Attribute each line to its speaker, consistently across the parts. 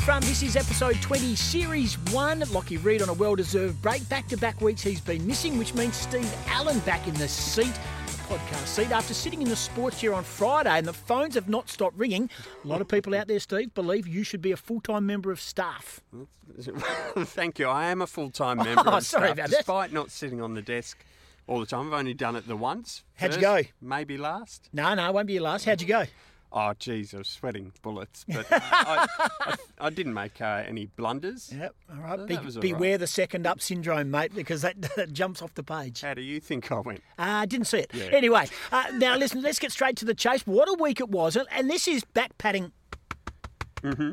Speaker 1: from. This is episode 20, series one. Lockie Reed on a well deserved break. Back to back weeks he's been missing, which means Steve Allen back in the seat. the Podcast seat after sitting in the sports chair on Friday, and the phones have not stopped ringing. A lot of people out there, Steve, believe you should be a full time member of staff.
Speaker 2: Thank you. I am a full time member.
Speaker 1: Oh,
Speaker 2: of
Speaker 1: sorry
Speaker 2: staff,
Speaker 1: about that.
Speaker 2: Despite not sitting on the desk all the time, I've only done it the once.
Speaker 1: How'd you
Speaker 2: first,
Speaker 1: go?
Speaker 2: Maybe last.
Speaker 1: No, no, it won't be your last. How'd you go?
Speaker 2: Oh, geez, I was sweating bullets, but I, I, I didn't make uh, any blunders.
Speaker 1: Yep, all right.
Speaker 2: That
Speaker 1: Be,
Speaker 2: was all right.
Speaker 1: beware the second up syndrome, mate, because that, that jumps off the page.
Speaker 2: How do you think I went?
Speaker 1: I Ah, didn't see it. Anyway, uh, now listen, let's get straight to the chase. What a week it was. And, and this is back padding.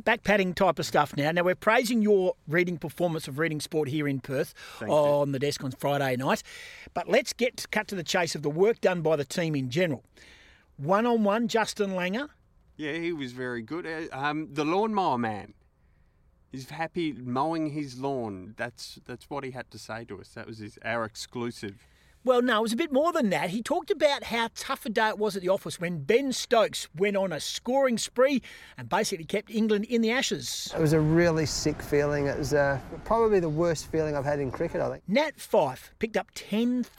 Speaker 1: Back padding type of stuff now. Now, we're praising your reading performance of Reading Sport here in Perth
Speaker 2: you.
Speaker 1: on the desk on Friday night. But let's get to cut to the chase of the work done by the team in general. One on one, Justin Langer.
Speaker 2: Yeah, he was very good. Uh, Um, the lawnmower man. He's happy mowing his lawn. That's that's what he had to say to us. That was his our exclusive.
Speaker 1: Well, no, it was a bit more than that. He talked about how tough a day it was at the office when Ben Stokes went on a scoring spree and basically kept England in the ashes.
Speaker 3: It was a really sick feeling. It was uh, probably the worst feeling I've had in cricket, I think.
Speaker 1: Nat Fife picked up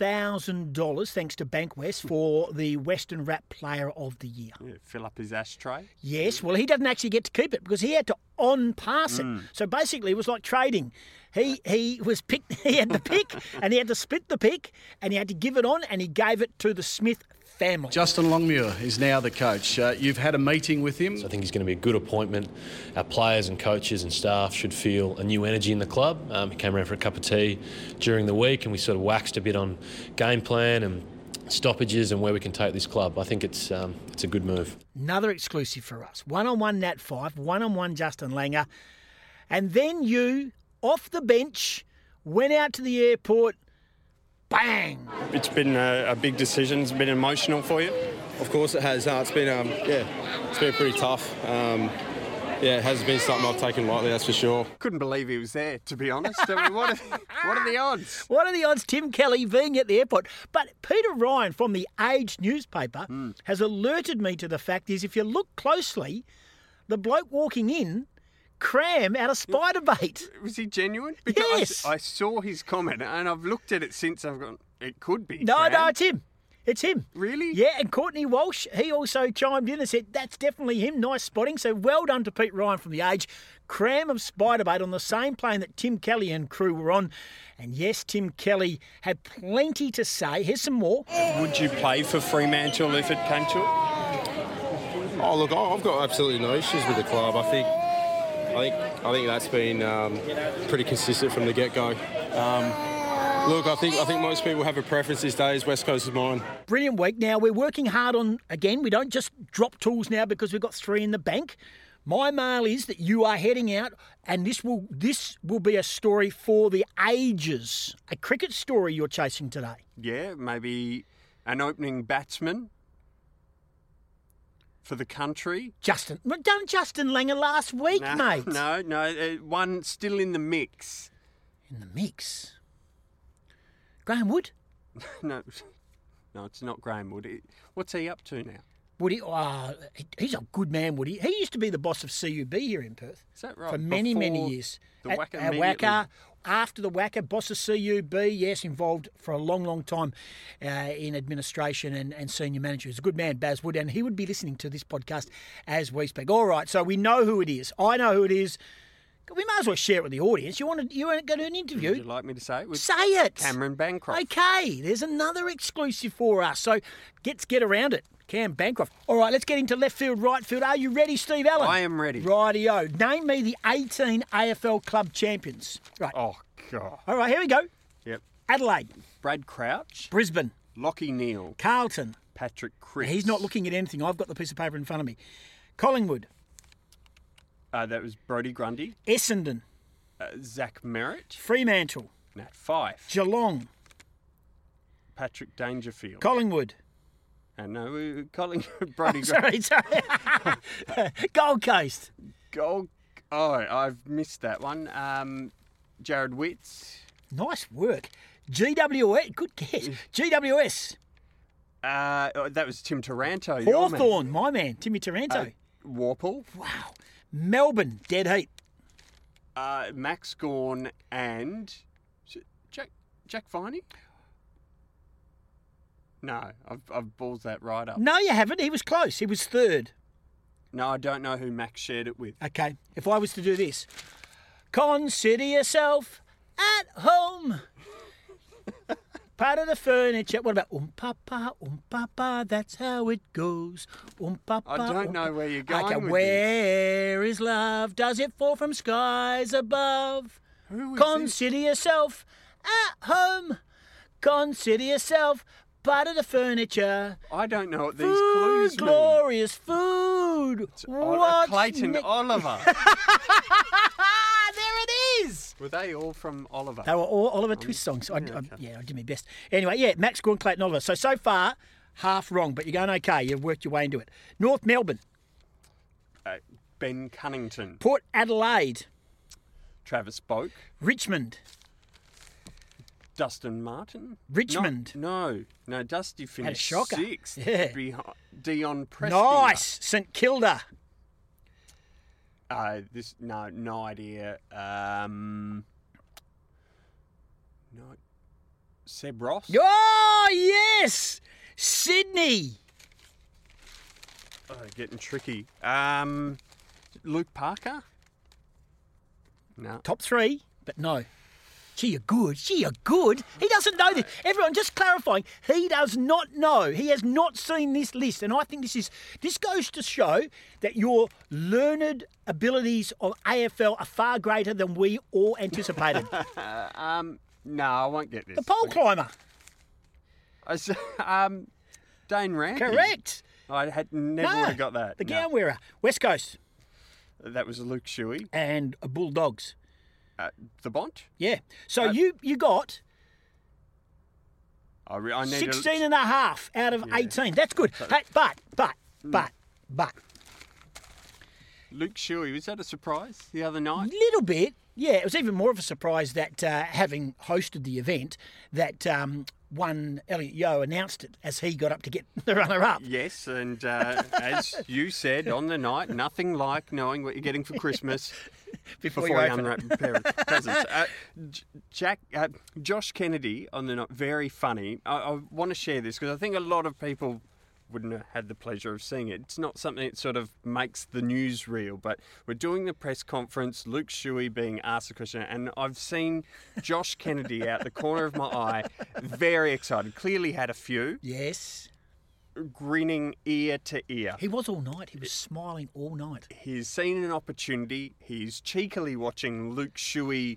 Speaker 1: $10,000 thanks to Bankwest for the Western Rap Player of the Year.
Speaker 2: Yeah, fill up his ashtray.
Speaker 1: Yes, well, he doesn't actually get to keep it because he had to on pass it. So basically, it was like trading. He he was picked. He had the pick, and he had to split the pick, and he had to give it on, and he gave it to the Smith family.
Speaker 4: Justin Longmuir is now the coach. Uh, you've had a meeting with him.
Speaker 5: I think he's going to be a good appointment. Our players and coaches and staff should feel a new energy in the club. Um, he came around for a cup of tea during the week, and we sort of waxed a bit on game plan and stoppages and where we can take this club. I think it's um, it's a good move.
Speaker 1: Another exclusive for us. One on one Nat Five, one on one Justin Langer. And then you, off the bench, went out to the airport, bang!
Speaker 6: It's been a, a big decision. It's been emotional for you.
Speaker 7: Of course it has. No, it's been um, yeah, it's been pretty tough. Um, yeah, it has been something I've taken lightly, that's for sure.
Speaker 2: Couldn't believe he was there. To be honest, I mean, what are, what are the odds?
Speaker 1: What are the odds Tim Kelly being at the airport? But Peter Ryan from the Age newspaper has alerted me to the fact is if you look closely, the bloke walking in cram out of spider bait.
Speaker 2: Was he genuine? Because I s-
Speaker 1: Yes.
Speaker 2: I, saw his comment and I've looked at it since. I've gone. It could be.
Speaker 1: No, no,
Speaker 2: Graham."
Speaker 1: it's him. It's him.
Speaker 2: Really?
Speaker 1: Yeah, and Courtney Walsh, he also chimed in and said, that's definitely him. Nice spotting. So well done to Pete Ryan from The Age. Cram of spider bait on the same plane that Tim Kelly and crew were on. And yes, Tim Kelly had plenty to say. Here's some more.
Speaker 6: Would you play for Fremantle if it came to it?
Speaker 7: Oh look, I- I've got absolutely no issues with the club. I think, I think, I think that's been um, pretty consistent from the get-go. Um, look, I think I think most people have a preference these days. West Coast is mine.
Speaker 1: Brilliant week. Now, we're working hard on, again, we don't just drop tools now because we've got three in the bank. My mail is that you are heading out, and this will this will be a story for the ages. A cricket story you're chasing today.
Speaker 2: Yeah, maybe an opening batsman for the country.
Speaker 1: Justin, we done Justin Langer last week,
Speaker 2: no,
Speaker 1: mate.
Speaker 2: No, no, uh, one still in the mix.
Speaker 1: In the mix. Graham Wood?
Speaker 2: No, no, it's not Graham Wood. It- What's he up to now?
Speaker 1: Woody, oh, he- he's a good man, Woody. He used to be the boss of CUB here in Perth
Speaker 2: Is that right?
Speaker 1: for many, many
Speaker 2: Before
Speaker 1: years.
Speaker 2: The
Speaker 1: At-
Speaker 2: Wacker
Speaker 1: at
Speaker 2: immediately-
Speaker 1: Wacker, after the Wacker, boss of CUB, yes, involved for a long, long time uh, in administration and, and senior manager. He's a good man, Baz Wood, and he would be listening to this podcast as we speak. All right, so we know who it is. I know who it is. We may as well share it with the audience. You want to? You want to go to an
Speaker 2: Would
Speaker 1: interview?
Speaker 2: you like me to say it? With
Speaker 1: Say it.
Speaker 2: Cameron Bancroft.
Speaker 1: Okay, there's another exclusive for us. So let's get around it. Cam Bancroft. All right, let's get into left field, right field. Are you ready, Steve Allen?
Speaker 2: I am ready.
Speaker 1: Rightio. Name me the 18 AFL club champions. Right.
Speaker 2: Oh God.
Speaker 1: All right, here we go.
Speaker 2: Yep.
Speaker 1: Adelaide,
Speaker 2: Brad Crouch,
Speaker 1: Brisbane,
Speaker 2: Lockie Neal,
Speaker 1: Carlton.
Speaker 2: Patrick Chris.
Speaker 1: He's not looking at anything. I've got the piece of paper in front of me. Collingwood,
Speaker 2: Uh, that was Brody Grundy,
Speaker 1: Essendon,
Speaker 2: uh, Zach Merritt,
Speaker 1: Fremantle,
Speaker 2: Nat Fife,
Speaker 1: Geelong,
Speaker 2: Patrick Dangerfield.
Speaker 1: Collingwood.
Speaker 2: and no, uh, Colin Brody Grundy.
Speaker 1: Oh, Sorry, sorry. Gold Coast,
Speaker 2: Gold. Oh, I've missed that one. Um, Jared Witz,
Speaker 1: Nice work. GWS, good guess.
Speaker 2: Mm.
Speaker 1: GWS.
Speaker 2: Uh, oh, that was Tim Taranto. your man. Uh,
Speaker 1: Hawthorn, my man, Timmy Taranto.
Speaker 2: Warple.
Speaker 1: wow. Melbourne, dead heat.
Speaker 2: uh, Max Gorn and is it Jack Jack Viney. No, I've I've balls that right up.
Speaker 1: No, you haven't. He was close. He was third.
Speaker 2: No, I don't know who Max shared it with.
Speaker 1: Okay, if I was to do this, consider yourself at home. Part of the furniture. What about um papa, um papa? That's how it goes. Um papa.
Speaker 2: I don't
Speaker 1: um,
Speaker 2: know where you're
Speaker 1: pa- Okay,
Speaker 2: going with
Speaker 1: where is love? Does it fall from skies above?
Speaker 2: Who is this?
Speaker 1: Consider yourself at home. Consider yourself part of the furniture.
Speaker 2: I don't know what these
Speaker 1: Food,
Speaker 2: clues mean.
Speaker 1: glorious food.
Speaker 2: Ol-
Speaker 1: What's
Speaker 2: Clayton
Speaker 1: Nick-
Speaker 2: Oliver.
Speaker 1: Ah, there it is. Oh,
Speaker 2: Were they all from Oliver?
Speaker 1: They were all Oliver Twist songs. I, I- yeah, I did my best. Anyway, yeah, Max Gorn, Clayton Oliver. So, so far, half wrong, but you're going okay. You've worked your way into it. North Melbourne,
Speaker 2: Uh, ben Cunnington,
Speaker 1: Port Adelaide,
Speaker 2: Travis Boak,
Speaker 1: Richmond.
Speaker 2: Dustin Martin. No-
Speaker 1: Richmond.
Speaker 2: No, no, Dusty finished
Speaker 1: shocker.
Speaker 2: sixth.
Speaker 1: Yeah.
Speaker 2: Behind Dion Prestia.
Speaker 1: Nice. St Kilda.
Speaker 2: Uh, this no, no idea. Um, no, Seb Ross.
Speaker 1: Oh, yes. Sydney.
Speaker 2: Oh, getting tricky. Um, Luke Parker. No.
Speaker 1: Top three, but no. Gee, you're good. Gee, you're good. He doesn't know this. Everyone, just clarifying, he does not know. He has not seen this list, and I think this is this goes to show that your learned abilities of AFL are far greater than we all anticipated.
Speaker 2: No, I won't get this.
Speaker 1: the pole climber,
Speaker 2: I s- um, Dane Ramsey.
Speaker 1: correct?
Speaker 2: I had never
Speaker 1: No,
Speaker 2: would have got that.
Speaker 1: The
Speaker 2: No.
Speaker 1: gown wearer, West Coast,
Speaker 2: That was Luke Shuey.
Speaker 1: and Bulldogs.
Speaker 2: Uh, the Bont.
Speaker 1: Yeah. So you you got
Speaker 2: I, re- I need
Speaker 1: 16 and a half out of 18. That's good. Hey, but, but, but, but.
Speaker 2: A, Luke Shuey. Was that a surprise the other night?
Speaker 1: little bit. Yeah, it was even more of a surprise that uh, having hosted the event, that um, one Elliot Yo announced it as he got up to get the runner-up.
Speaker 2: Yes, and uh, as you said on the night, nothing like knowing what you're getting for Christmas before,
Speaker 1: you
Speaker 2: you
Speaker 1: open
Speaker 2: unwrap your parents' presents. Uh, J- Jack, uh, Josh Kennedy on the night, very funny. I, I want to share this because I think a lot of people wouldn't have had the pleasure of seeing it. It's not something that sort of makes the news reel, but we're doing the press conference, Luke Shuey being asked a question, and I've seen Josh Kennedy out the corner of my eye, very excited. Clearly had a few
Speaker 1: Yes,
Speaker 2: grinning ear to ear.
Speaker 1: he was all night. He was smiling all night.
Speaker 2: He's seen an opportunity. He's cheekily watching Luke Shuey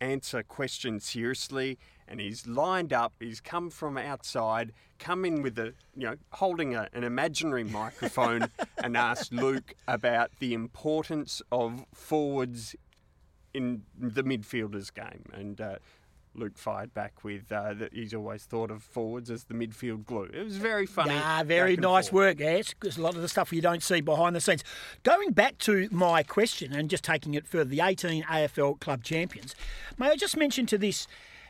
Speaker 2: answer questions seriously, and he's lined up. He's come from outside, come in with a you know holding a, an imaginary microphone, and asked Luke about the importance of forwards in the midfielders game. And uh, Luke fired back with uh, that he's always thought of forwards as the midfield glue. It was very funny.
Speaker 1: Ah, very
Speaker 2: back and
Speaker 1: nice
Speaker 2: forth.
Speaker 1: work. Yeah, it's, it's a lot of the stuff you don't see behind the scenes. Going back to my question and just taking it further, the 18 AFL club champions. May I just mention to this,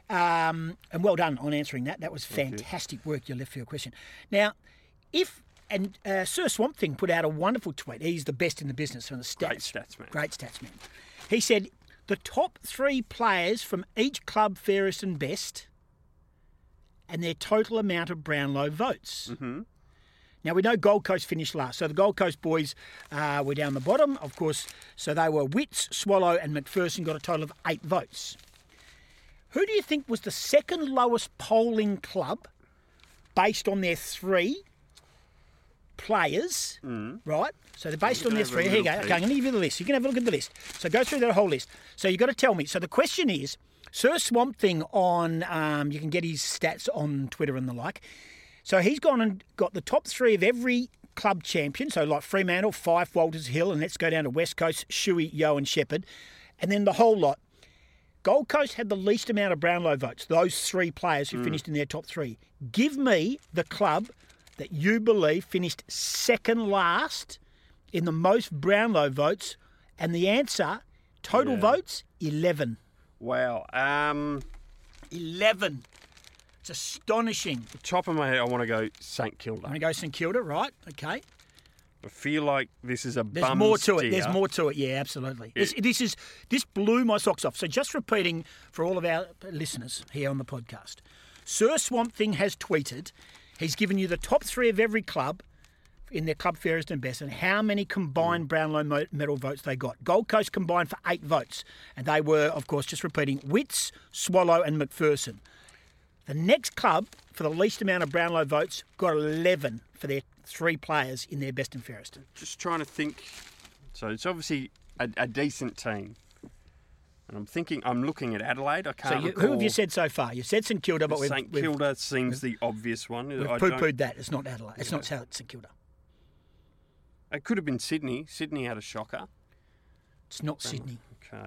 Speaker 1: um, and well done on answering that. That was fantastic work you left for your question. Now, if and uh, Sir Swamp Thing put out a wonderful tweet. He's the best in the business on the stats.
Speaker 2: Great stats man.
Speaker 1: Great stats man. He said the top three players from each club, fairest and best, and their total amount of Brownlow votes.
Speaker 2: Mm.
Speaker 1: Mm-hmm. Now we know Gold Coast finished last, so the Gold Coast boys uh, were down the bottom, of course. So they were Wits, Swallow, and McPherson got a total of eight votes. Who do you think was the second lowest polling club, based on their three players? Right. So they're based on their
Speaker 2: have a
Speaker 1: three. Here you go.
Speaker 2: little
Speaker 1: Okay, I'm going to give you the list. You can have a look at the list. So go through that whole list. So you've got to tell me. So the question is, Sir Swamp Thing on, um, you can get his stats on Twitter and the like. So he's gone and got the top three of every club champion. So like Fremantle, Fife, Walters Hill, and let's go down to West Coast, Shuey, Yo, and Shepherd, and then the whole lot. Gold Coast had the least amount of Brownlow votes. Those three players who finished in their top three. Give me the club that you believe finished second last in the most Brownlow votes, and the answer, total votes, eleven.
Speaker 2: Wow. Um,
Speaker 1: Eleven. It's astonishing.
Speaker 2: top of my head, I want to go St Kilda.
Speaker 1: I'm going to go St Kilda, right? Okay.
Speaker 2: I feel like this is a
Speaker 1: There's
Speaker 2: bum
Speaker 1: more to
Speaker 2: steer.
Speaker 1: it. There's more to it. Yeah, absolutely. This, this is this blew my socks off. So just repeating for all of our listeners here on the podcast, Sir Swamp Thing has tweeted. He's given you the top three of every club in their club fairest and best, and how many combined Brownlow mo- medal votes they got. Gold Coast combined for eight votes, and they were, of course, just repeating Wits, Swallow, and McPherson. The next club for the least amount of Brownlow votes got 11 for their three players in their best and fairest.
Speaker 2: Just trying to think. So it's obviously a, a decent team. And I'm thinking, I'm looking at Adelaide. I
Speaker 1: So
Speaker 2: can't
Speaker 1: you,
Speaker 2: recall.
Speaker 1: who have you said so far? You've said St Kilda, but we've,
Speaker 2: St
Speaker 1: we've,
Speaker 2: Kilda seems the obvious one.
Speaker 1: we've
Speaker 2: I don't-
Speaker 1: poo-pooed that. It's not Adelaide. It's not St St Kilda.
Speaker 2: It could have been Sydney. Sydney had a shocker.
Speaker 1: It's not Sydney.
Speaker 2: Okay.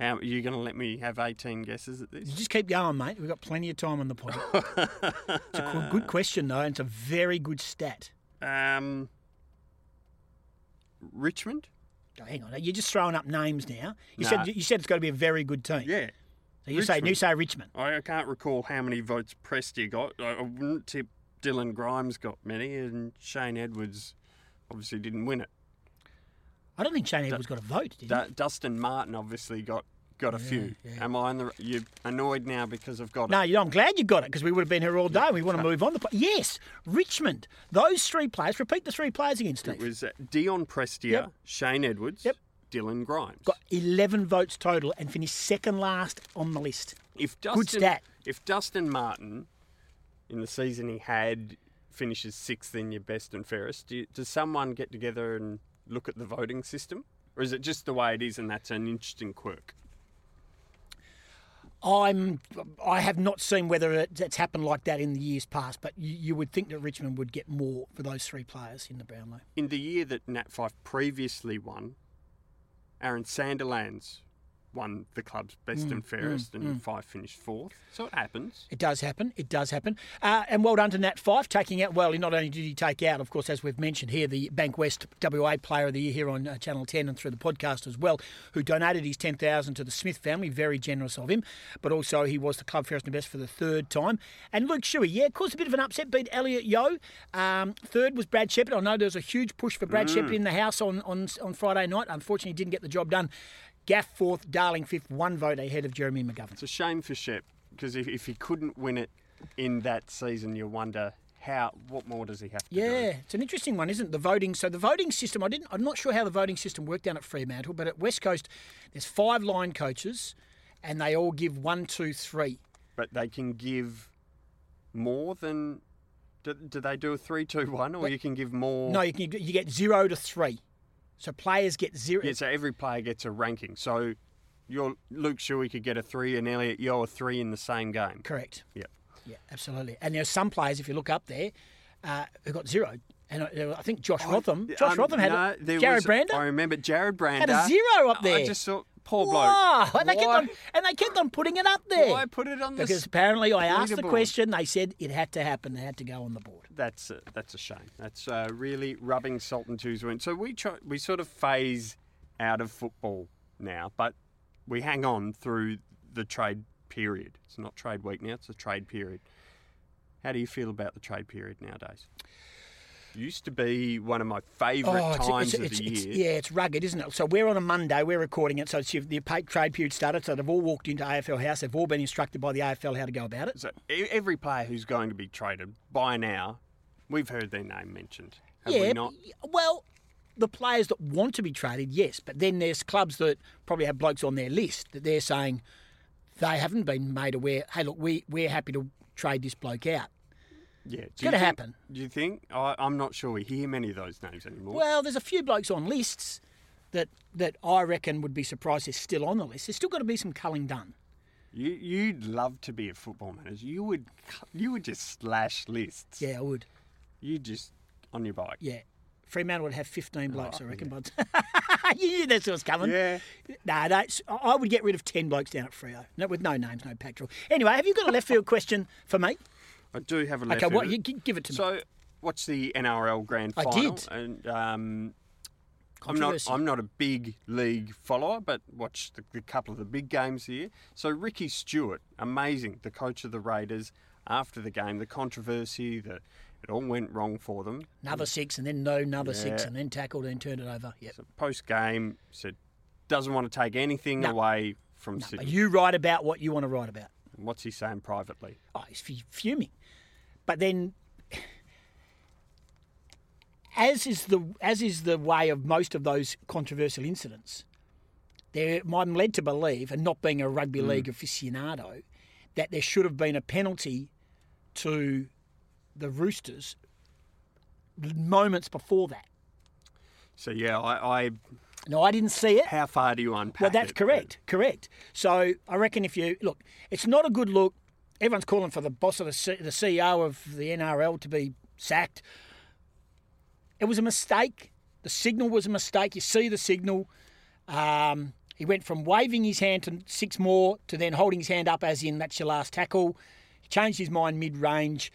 Speaker 2: How are you going to let me have 18 guesses at
Speaker 1: You
Speaker 2: this?
Speaker 1: just keep going, mate. We've got plenty of time on the pod. it's a qu- good question, though, and it's a very good stat.
Speaker 2: Um, Richmond?
Speaker 1: Oh, hang on, you're just throwing up names now. You
Speaker 2: Nah.
Speaker 1: said you said it's got to be a very good team.
Speaker 2: Yeah.
Speaker 1: so you say you
Speaker 2: Richmond.
Speaker 1: say Richmond.
Speaker 2: I, I can't recall how many votes Prestia got. I, I wouldn't tip Dylan Grimes got many, and Shane Edwards obviously didn't win it.
Speaker 1: I don't think Shane Edwards got a vote, did he?
Speaker 2: Du- Dustin Martin obviously got got a few. Am I in the? You annoyed now because I've got
Speaker 1: No,
Speaker 2: it?
Speaker 1: you know, I'm glad you got it because we would have been here all day. We want to move on. The pla- yes, Richmond. Those three players. Repeat the three players again, Steve.
Speaker 2: It was uh, Dion Prestia,
Speaker 1: Yep.
Speaker 2: Shane Edwards,
Speaker 1: Yep.
Speaker 2: Dylan Grimes.
Speaker 1: got 11 votes total and finished second last on the list.
Speaker 2: if Dustin,
Speaker 1: good stat.
Speaker 2: If Dustin Martin, in the season he had, finishes sixth in your best and fairest, do you, does someone get together and look at the voting system, or is it just the way it is, and that's an interesting quirk?
Speaker 1: I'm I have not seen whether it, it's happened like that in the years past, but you, you would think that Richmond would get more for those three players in the Brownlow.
Speaker 2: In the year that Nat Five previously won, Aaron Sanderlands won the club's
Speaker 1: Mm,
Speaker 2: best and fairest, and Five finished fourth. So it happens.
Speaker 1: It does happen. It does happen. Uh, and well done to Nat Fife taking out. Well, not only did he take out, of course, as we've mentioned here, the Bank West WA Player of the Year here on uh, Channel 10 and through the podcast as well, who donated his 10000 to the Smith family. Very generous of him. But also, he was the club fairest and best for the third time. And Luke Shuey, yeah, caused a bit of an upset, beat Elliot Yo. Um, third was Brad Shepherd. I know there was a huge push for Brad Shepherd in the house on, on, on Friday night. Unfortunately, he didn't get the job done. Gaff fourth, Darling fifth, one vote ahead of Jeremy McGovern.
Speaker 2: It's a shame for Shep because if, if he couldn't win it in that season, you wonder how. What more does he have to do?
Speaker 1: Yeah, it's an interesting one, isn't it? The voting. So the voting system. I didn't. I'm not sure how the voting system worked down at Fremantle, but at West Coast, there's five line coaches, and they all give one, two, three.
Speaker 2: but they can give more than. Do, do they do a three-two-one, or you can give more?
Speaker 1: No, you can you get zero to three. So players get zero.
Speaker 2: Yeah, so every player gets a ranking. So your Luke Shuey could get a three, and Elliot Yo a three in the same game.
Speaker 1: Correct.
Speaker 2: Yep.
Speaker 1: Yeah, absolutely. And there's some players, if you look up there, uh, who got zero. And I, I think Josh Rotham. Josh
Speaker 2: Um,
Speaker 1: Rotham had
Speaker 2: no,
Speaker 1: it.
Speaker 2: there
Speaker 1: Jared
Speaker 2: was-
Speaker 1: Brander.
Speaker 2: I remember Jared Brander
Speaker 1: zero up
Speaker 2: I
Speaker 1: there.
Speaker 2: just saw poor bloke.
Speaker 1: Wow, and they kept
Speaker 2: Why-
Speaker 1: on and they kept on putting it up there.
Speaker 2: Why put it on the
Speaker 1: Because
Speaker 2: s-
Speaker 1: apparently I asked the
Speaker 2: leaderboard?
Speaker 1: question, they said it had to happen, it had to go on the board.
Speaker 2: That's a, that's a shame. That's uh, really rubbing salt into his wound. So we try, we sort of phase out of football now, but we hang on through the trade period. It's not trade week now; it's a trade period. How do you feel about the trade period nowadays? Used to be one of my favourite times of the year.
Speaker 1: yeah, Oh, it's rugged, isn't it? So we're on a Monday, we're recording it, so it's your, the pa- trade period started, so they've all walked into AFL House, they've all been instructed by the AFL how to go about it.
Speaker 2: So e- every player who's going to be traded by now, we've heard their name mentioned. Have
Speaker 1: yeah,
Speaker 2: we not?
Speaker 1: but- well, the players that want to be traded, yes, but then there's clubs that probably have blokes on their list that they're saying they haven't been made aware, hey, look, we, we're happy to trade this bloke out.
Speaker 2: Yeah, it's
Speaker 1: gonna happen.
Speaker 2: Do you think? I, I'm not sure we hear many of those names anymore.
Speaker 1: Well, there's a few blokes on lists that that I reckon would be surprised is still on the list. There's still got to be some culling done.
Speaker 2: You, you'd love to be a football manager. You would, cu- you would just slash lists.
Speaker 1: Yeah, I would.
Speaker 2: You just on your bike.
Speaker 1: Yeah. Fremantle would have 15 blokes, I reckon. But you knew that's what was coming.
Speaker 2: Oh, Yeah.
Speaker 1: No, that's, I I would get rid of 10 blokes down at Freo. No, with no names, no patrol. Anyway, have you got a left field question for me?
Speaker 2: I do have a left.
Speaker 1: Okay, what,
Speaker 2: footer.
Speaker 1: you, gi- give it to me.
Speaker 2: so watch the NRL Grand
Speaker 1: I
Speaker 2: Final.
Speaker 1: did.
Speaker 2: And um, I'm not.
Speaker 1: Controversy.
Speaker 2: I'm not a big league follower, but watch the, the couple of the big games here. So Ricky Stewart, amazing, the coach of the Raiders. After the game, the controversy, the It all went wrong for them.
Speaker 1: Another six, and then no, another six,
Speaker 2: Yeah.
Speaker 1: and then tackled, and turned it over. Yep.
Speaker 2: So post game said doesn't want to take anything
Speaker 1: No.
Speaker 2: away from
Speaker 1: No, but
Speaker 2: Sydney.
Speaker 1: you write about what you want to write about.
Speaker 2: What's he saying privately?
Speaker 1: oh, he's fu- fuming. But then, as is the as is the way of most of those controversial incidents, there I'm led to believe, and not being a rugby league aficionado, that there should have been a penalty to the Roosters moments before that.
Speaker 2: So yeah, I, I
Speaker 1: Now I didn't see it.
Speaker 2: how far do you unpack?
Speaker 1: Well, that's
Speaker 2: it?
Speaker 1: correct. Correct. So I reckon if you look, it's not a good look. Everyone's calling for the boss of the, C- the CEO of the NRL to be sacked. It was a mistake. The signal was a mistake. You see the signal. Um, he went from waving his hand to six more to then holding his hand up as in that's your last tackle. He changed his mind mid range.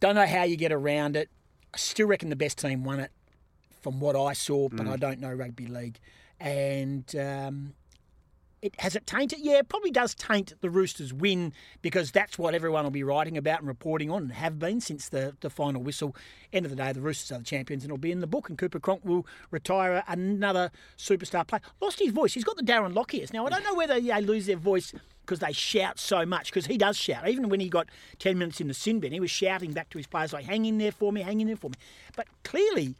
Speaker 1: Don't know how you get around it. I still reckon the best team won it from what I saw, but I don't know rugby league. And um, it has it tainted? Yeah, it probably does taint the Roosters' win because that's what everyone will be writing about and reporting on and have been since the, the final whistle. End of the day, the Roosters are the champions and it'll be in the book. And Cooper Cronk will retire another superstar player. Lost his voice. He's got the Darren Lockyer. Now I don't know whether they lose their voice because they shout so much because he does shout. Even when he got ten minutes in the sin bin, he was shouting back to his players like, "Hang in there for me, hang in there for me." But clearly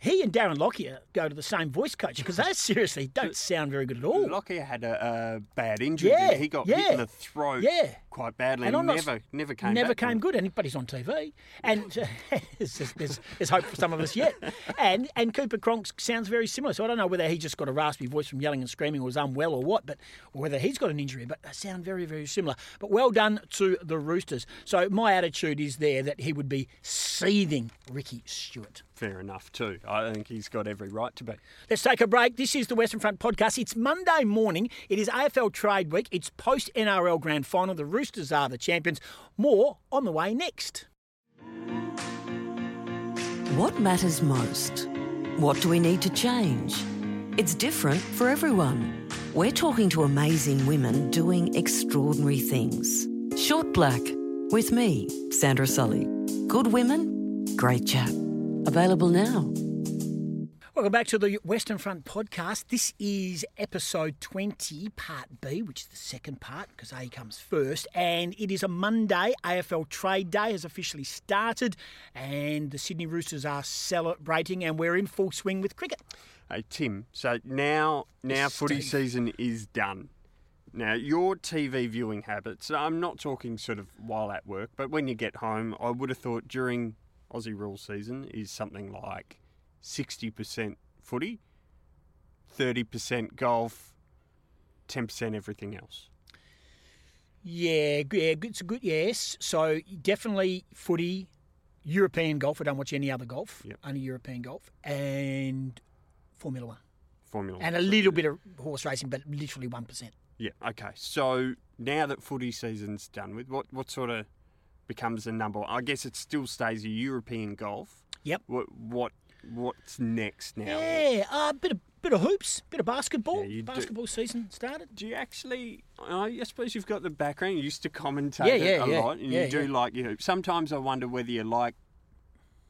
Speaker 1: he and Darren Lockyer go to the same voice coach because they seriously don't sound very good at all.
Speaker 2: Lockyer had a, a bad injury.
Speaker 1: Yeah,
Speaker 2: he got hit
Speaker 1: yeah,
Speaker 2: in the throat
Speaker 1: yeah.
Speaker 2: quite badly
Speaker 1: And
Speaker 2: and,
Speaker 1: I'm not-
Speaker 2: never never came
Speaker 1: Never
Speaker 2: back from
Speaker 1: came
Speaker 2: it.
Speaker 1: good, and but he's on TV, and there's, there's, there's hope for some of us yet. And and Cooper Cronk sounds very similar, so I don't know whether he just got a raspy voice from yelling and screaming, or was unwell, or what, but or whether he's got an injury. But they sound very very similar. But well done to the Roosters. So my attitude is there that he would be seething Ricky Stewart.
Speaker 2: Fair enough too. I think he's got every right to be.
Speaker 1: Let's take a break. This is the Western Front podcast. It's Monday morning. It is AFL Trade Week. It's post NRL Grand Final. The Roosters are the champions. More on the way next.
Speaker 8: What matters most? What do we need to change? It's different for everyone. We're talking to amazing women doing extraordinary things. Short Black, with me, Sandra Sully. Good women, great chat. Available now.
Speaker 1: Welcome back to the Western Front podcast. This is episode 20, part B, which is the second part because A comes first. And it is a Monday. AFL Trade Day has officially started, and the Sydney Roosters are celebrating, and we're in full swing with cricket.
Speaker 2: Hey Tim, so now now footy season is done. Now your TV viewing habits. I'm not talking sort of while at work, but when you get home, I would have thought during Aussie rule season is something like sixty percent footy, thirty percent golf, ten percent everything else.
Speaker 1: Yeah, g- yeah, good- it's a good yes. So definitely footy, European golf. I don't watch any other golf,
Speaker 2: Yep.
Speaker 1: only European golf, and Formula One,
Speaker 2: Formula
Speaker 1: and a
Speaker 2: One.
Speaker 1: little bit of horse racing, but literally one percent.
Speaker 2: Yeah. Okay. So now that footy season's done with, what what sort of becomes the number? one? I guess it still stays a European golf.
Speaker 1: Yep.
Speaker 2: What what what's next now?
Speaker 1: Yeah, a bit of bit of hoops, bit of basketball.
Speaker 2: Yeah, you do-
Speaker 1: basketball season started.
Speaker 2: Do you actually? I I suppose you've got the background. You used to commentate
Speaker 1: Yeah,
Speaker 2: it
Speaker 1: yeah,
Speaker 2: a
Speaker 1: yeah.
Speaker 2: lot, and
Speaker 1: Yeah,
Speaker 2: you do
Speaker 1: yeah.
Speaker 2: like you. Know, sometimes I wonder whether you like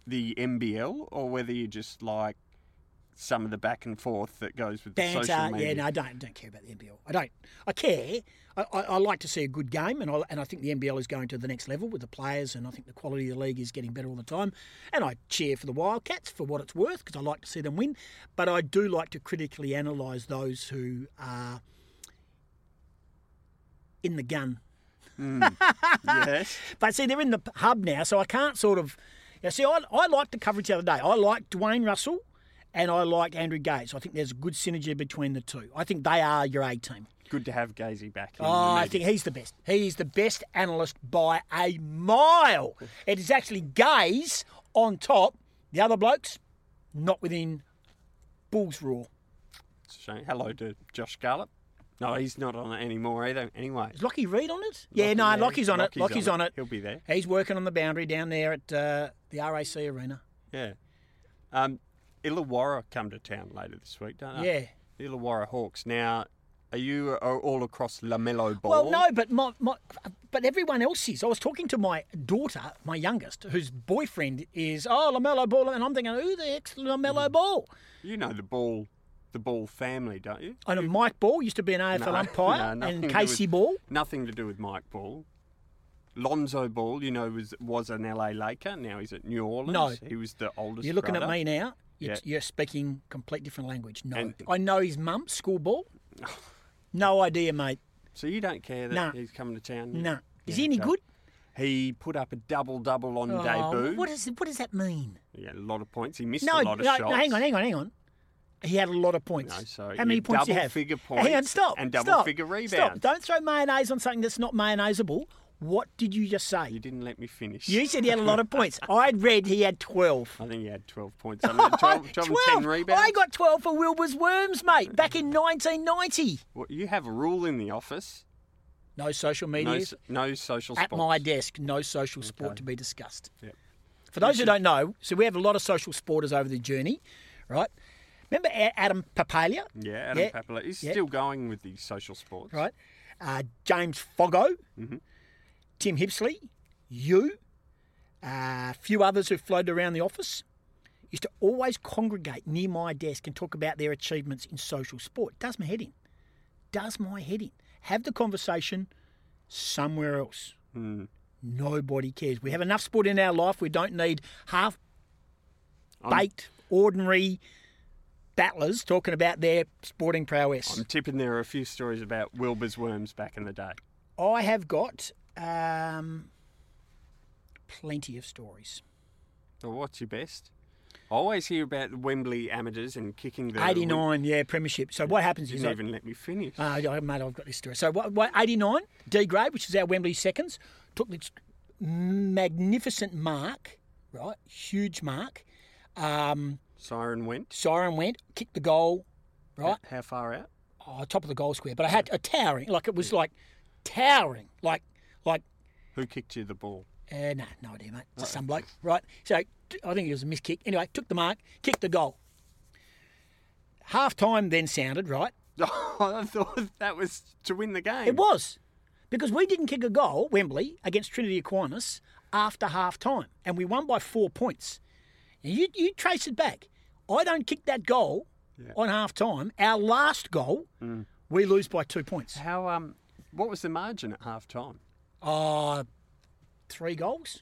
Speaker 2: the MBL or whether you just like some of the back and forth that goes with the
Speaker 1: Banter.
Speaker 2: social media.
Speaker 1: uh, Yeah, no, I don't don't care about the NBL. I don't. I care. I, I, I like to see a good game, and I and I think the NBL is going to the next level with the players, and I think the quality of the league is getting better all the time. And I cheer for the Wildcats for what it's worth because I like to see them win, but I do like to critically analyse those who are in the gun
Speaker 2: yes.
Speaker 1: But see, they're in the p- hub now, so I can't sort of. Now, see, I, I liked the coverage the other day. I liked Dwayne Russell and I liked Andrew Gaze. I think there's a good synergy between the two. I think they are your A team.
Speaker 2: Good to have Gazy back. in the
Speaker 1: Oh, I
Speaker 2: mid.
Speaker 1: think he's the best. He's the best analyst by a mile. It is actually Gaze on top. The other blokes, not within Bull's roar.
Speaker 2: It's a shame. Hello to Josh Gallup. No, he's not on it anymore either. Anyway,
Speaker 1: Is Lockie Reed on it? yeah,
Speaker 2: Lachie,
Speaker 1: no,
Speaker 2: yeah.
Speaker 1: Lockie's on it.
Speaker 2: Lachie's
Speaker 1: Lockie's on, it.
Speaker 2: He'll be there.
Speaker 1: He's working on the boundary down there at uh, the RAC Arena.
Speaker 2: Yeah. Um, Illawarra come to town later this week, don't they?
Speaker 1: Yeah.
Speaker 2: The Illawarra Hawks. Now, Are you uh, all across Lamelo Ball?
Speaker 1: Well, no, but my, my but everyone else is. I was talking to my daughter, my youngest, whose boyfriend is oh Lamelo Ball, and I'm thinking, who the heck's
Speaker 2: Mm.
Speaker 1: Lamelo Ball?
Speaker 2: You know the Ball, the Ball family, don't you?
Speaker 1: I know Mike Ball used to be an AFL
Speaker 2: No,
Speaker 1: umpire,
Speaker 2: no, nothing
Speaker 1: and
Speaker 2: to do
Speaker 1: Casey
Speaker 2: with-
Speaker 1: Ball.
Speaker 2: Nothing to do with Mike Ball. Lonzo Ball, you know, was was an LA Laker. Now he's at New Orleans.
Speaker 1: No.
Speaker 2: he was the oldest.
Speaker 1: You're looking at
Speaker 2: brother.
Speaker 1: me now. You're,
Speaker 2: Yeah.
Speaker 1: you're speaking complete different language. No,
Speaker 2: And-
Speaker 1: I know his mum, school ball. No idea, mate.
Speaker 2: So you don't care that
Speaker 1: Nah.
Speaker 2: he's coming to town?
Speaker 1: No. Is
Speaker 2: Yeah,
Speaker 1: he any
Speaker 2: so-
Speaker 1: good?
Speaker 2: He put up a double double on
Speaker 1: Oh,
Speaker 2: debut.
Speaker 1: what does what does that mean?
Speaker 2: yeah, a lot of points. He missed
Speaker 1: No,
Speaker 2: a
Speaker 1: no,
Speaker 2: lot of
Speaker 1: no,
Speaker 2: shots.
Speaker 1: hang on, hang on, hang on. He had a lot of points.
Speaker 2: No, so
Speaker 1: How many
Speaker 2: you
Speaker 1: points do you
Speaker 2: double
Speaker 1: have?
Speaker 2: figure
Speaker 1: Hang on,
Speaker 2: points
Speaker 1: stop.
Speaker 2: and double
Speaker 1: stop,
Speaker 2: figure
Speaker 1: Stop.
Speaker 2: rebounds.
Speaker 1: Don't throw mayonnaise on something that's not mayonnaiseable. What did you just say?
Speaker 2: You didn't let me finish.
Speaker 1: You said he had a lot of points. I'd read he had 12.
Speaker 2: I think he had 12 points. I mean, 12, 12, 10 rebounds.
Speaker 1: I got 12 for Wilbur's Worms, mate, back in 1990.
Speaker 2: Well, you have a rule in the office.
Speaker 1: No social
Speaker 2: No,
Speaker 1: media.
Speaker 2: s- no social
Speaker 1: at
Speaker 2: sport.
Speaker 1: my desk, no social sport to be discussed.
Speaker 2: Yep.
Speaker 1: For those who don't know, so we have a lot of social sporters over the journey, right? Remember A- Adam Papalia?
Speaker 2: Yeah, Adam
Speaker 1: Yeah,
Speaker 2: Papala is
Speaker 1: yeah.
Speaker 2: still going with the social sports.
Speaker 1: Right? Uh, James Foggo, Tim Hipsley, you, a few others who floated around the office, used to always congregate near my desk and talk about their achievements in social sport. Does my head in. Does my head in. Have the conversation somewhere else. Nobody cares. We have enough sport in our life. We don't need half baked, ordinary battlers talking about their sporting prowess.
Speaker 2: I'm tipping there are a few stories about Wilbur's worms back in the day.
Speaker 1: I have got um, plenty of stories.
Speaker 2: Well, what's your best? I always hear about the Wembley amateurs and kicking the.
Speaker 1: 89, yeah, premiership. So what happens
Speaker 2: You
Speaker 1: is
Speaker 2: didn't
Speaker 1: that-
Speaker 2: even let me finish.
Speaker 1: Uh, I- mate, I've got this story. So what, what, 89, D grade, which is our Wembley seconds, took this magnificent mark, right? Huge mark. Um,
Speaker 2: Siren went.
Speaker 1: Siren went, kicked the goal, right?
Speaker 2: How far out?
Speaker 1: Oh, top of the goal square. But I had a towering, like it was like towering, like, like
Speaker 2: Who kicked you the ball?
Speaker 1: Uh, no, no idea, mate. Just some bloke, right? So t- I think it was a miss kick. Anyway, took the mark, kicked the goal. Half time then sounded, right?
Speaker 2: I thought that was to win the game.
Speaker 1: It was because we didn't kick a goal, Wembley, against Trinity Aquinas after half time, and we won by four points. Now, you, you trace it back. I don't kick that goal on half time. Our last goal, we lose by two points.
Speaker 2: How um, what was the margin at half time?
Speaker 1: Uh, three goals?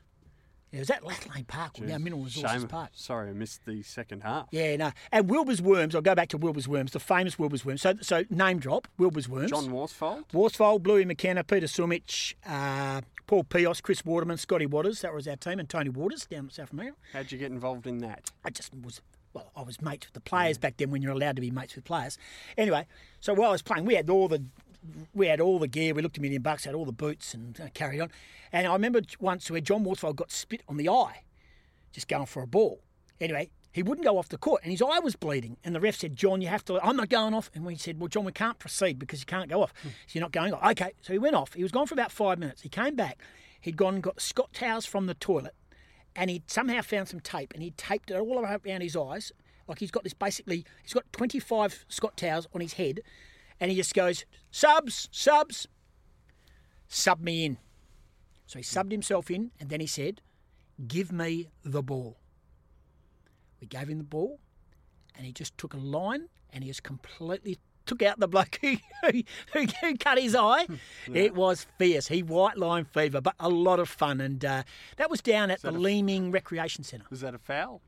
Speaker 1: Yeah, it was at Lath Lane Park, or now Mineral Resources
Speaker 2: Shame.
Speaker 1: Park.
Speaker 2: Sorry, I missed the second half.
Speaker 1: Yeah, no. And Wilbur's Worms, I'll go back to Wilbur's Worms, the famous Wilbur's Worms. So, so name drop, Wilbur's Worms.
Speaker 2: John Worsfold.
Speaker 1: Worsfold, Bluey McKenna, Peter Sumich, uh, Paul Pios, Chris Waterman, Scotty Waters, that was our team, and Tony Waters down in South America.
Speaker 2: How'd you get involved in that?
Speaker 1: I just was, well, I was mates with the players back then when you're allowed to be mates with players. Anyway, so while I was playing, we had all the, we had all the gear, we looked a million bucks, had all the boots and uh, carried on. And I remember once where John Worsfold got spit on the eye just going for a ball. Anyway, he wouldn't go off the court and his eye was bleeding. And the ref said, John, you have to, I'm not going off. And we said, Well, John, we can't proceed because you can't go off. So you're not going off. Okay. So he went off. He was gone for about five minutes. He came back. He'd gone and got Scott towels from the toilet and he'd somehow found some tape and he taped it all around his eyes. Like he's got this basically, he's got 25 Scott towels on his head and he just goes, Subs, subs, sub me in. So he subbed himself in and then he said, give me the ball. We gave him the ball, and he just took a line and he just completely took out the bloke who, who, who, who cut his eye. It was fierce. He white line fever, but a lot of fun. And uh, that was down at the Leeming Recreation Centre.
Speaker 2: Was that a foul?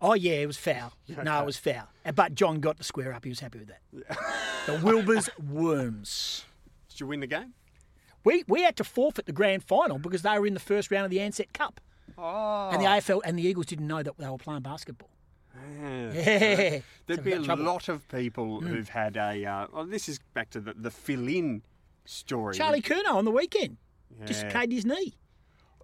Speaker 1: Oh, yeah, it was foul. No, it was foul. But John got the square up. He was happy with that. the Wilbur's Worms.
Speaker 2: Did you win the game?
Speaker 1: We, we had to forfeit the grand final because they were in the first round of the Ansett Cup.
Speaker 2: Oh,
Speaker 1: And the AFL and the Eagles didn't know that they were playing basketball. Yeah.
Speaker 2: there'd be a
Speaker 1: trouble.
Speaker 2: lot of people who've had a. Uh, well, this is back to the, the fill-in story.
Speaker 1: Charlie Kurnow on the weekend dislocated his knee.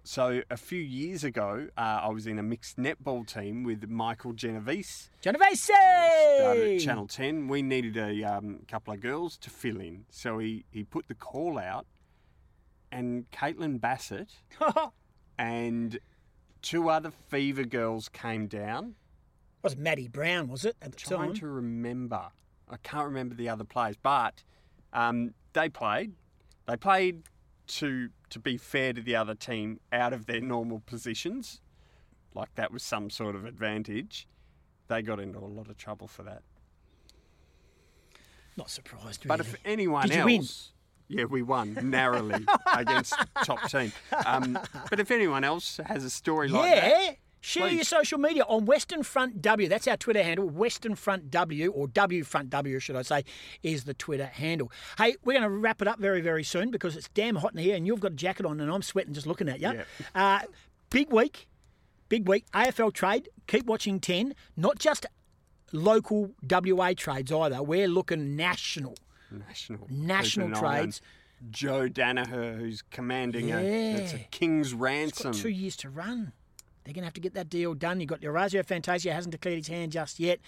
Speaker 2: So a few years ago, uh, I was in a mixed netball team with Michael Genovese.
Speaker 1: Genovese!
Speaker 2: started at Channel 10. We needed a um, couple of girls to fill in. So he, he put the call out, and Caitlin Bassett and two other fever girls came down.
Speaker 1: was Maddie Brown, was it, at the
Speaker 2: Trying
Speaker 1: time?
Speaker 2: to remember. I can't remember the other players, but Um, they played. They played to to be fair to the other team out of their normal positions. Like that was some sort of advantage. They got into a lot of trouble for that.
Speaker 1: Not surprised.
Speaker 2: But
Speaker 1: really.
Speaker 2: if anyone
Speaker 1: Did you win?
Speaker 2: else, yeah, we won narrowly against top team. Um, but if anyone else has a story like
Speaker 1: yeah.
Speaker 2: that,
Speaker 1: Share your
Speaker 2: please.
Speaker 1: social media on Western Front W. That's our Twitter handle. Western Front W, or W Front W, should I say, is the Twitter handle. Hey, we're going to wrap it up very, very soon because it's damn hot in here and you've got a jacket on and I'm sweating just looking at you.
Speaker 2: Yeah.
Speaker 1: Uh, big week. Big week. AFL trade. Keep watching 10. Not just local WA trades either. We're looking national.
Speaker 2: national
Speaker 1: National
Speaker 2: keeping an eye on
Speaker 1: trades.
Speaker 2: Joe Danaher, who's commanding a, that's a
Speaker 1: Yeah.
Speaker 2: king's
Speaker 1: It's got
Speaker 2: ransom.
Speaker 1: two years to run. They're going to have to get that deal done. You've got Orazio Fantasia hasn't declared his hand just yet.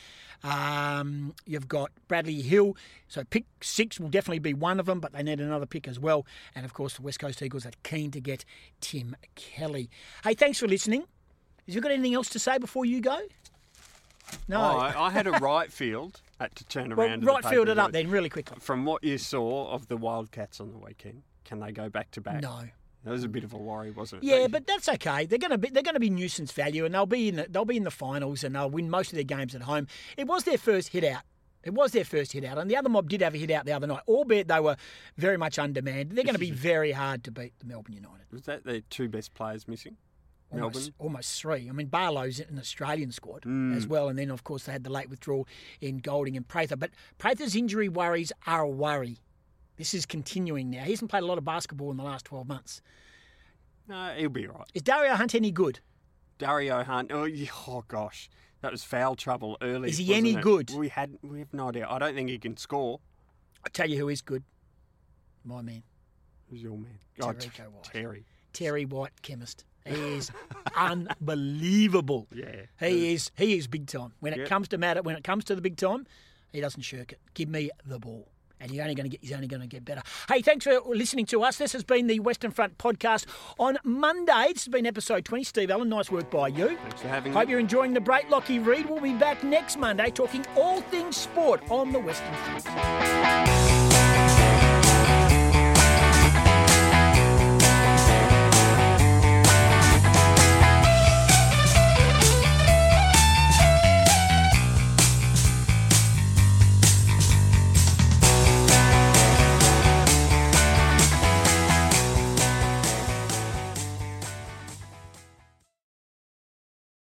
Speaker 1: Um, you've got Bradley Hill. So pick six will definitely be one of them, but they need another pick as well. And of course, the West Coast Eagles are keen to get Tim Kelly. Hey, thanks for listening. Have you got anything else to say before you go? No.
Speaker 2: Oh, I, I had a right field uh, to turn
Speaker 1: well,
Speaker 2: around. to the
Speaker 1: right field it up
Speaker 2: paperwork.
Speaker 1: then, really quickly.
Speaker 2: From what you saw of the Wildcats on the weekend, can they go back to back?
Speaker 1: No.
Speaker 2: That was a bit of a worry, wasn't it?
Speaker 1: Yeah,
Speaker 2: They-
Speaker 1: but that's okay. They're going to be they're going to be nuisance value, and they'll be in the, they'll be in the finals, and they'll win most of their games at home. It was their first hit out. It was their first hit out, and the other mob did have a hit out the other night, albeit they were very much undermanned. They're going to be very hard to beat the Melbourne United.
Speaker 2: was that their two best players missing?
Speaker 1: Almost,
Speaker 2: Melbourne? Hmm.
Speaker 1: almost three. I mean, Barlow's in an Australian squad as well, and then of course they had the late withdrawal in Golding and Prather. But Prather's injury worries are a worry. This is continuing now. He hasn't played a lot of basketball in the last twelve months.
Speaker 2: No, he'll be all right.
Speaker 1: Is Dario Hunt any good?
Speaker 2: Dario Hunt. Oh, yeah, oh gosh, that was foul trouble early.
Speaker 1: Is he
Speaker 2: wasn't
Speaker 1: any
Speaker 2: it?
Speaker 1: good?
Speaker 2: We had we have no idea. I don't think he can score.
Speaker 1: I tell you who is good. My man,
Speaker 2: Who's your man? T-
Speaker 1: Terrico White.
Speaker 2: Terry.
Speaker 1: Terry White, chemist. He is unbelievable.
Speaker 2: Yeah.
Speaker 1: He is he is big time. When it
Speaker 2: Yeah.
Speaker 1: comes to matter, when it comes to the big time, he doesn't shirk it. Give me the ball. And you're only going to get, he's only going to get better. Hey, thanks for listening to us. This has been the Western Front podcast on Monday. This has been episode 20. Steve Allen, nice work by you.
Speaker 2: Thanks for having
Speaker 1: Hope
Speaker 2: me.
Speaker 1: you're enjoying the break. Lockie Reed will be back next Monday talking all things sport on the Western Front.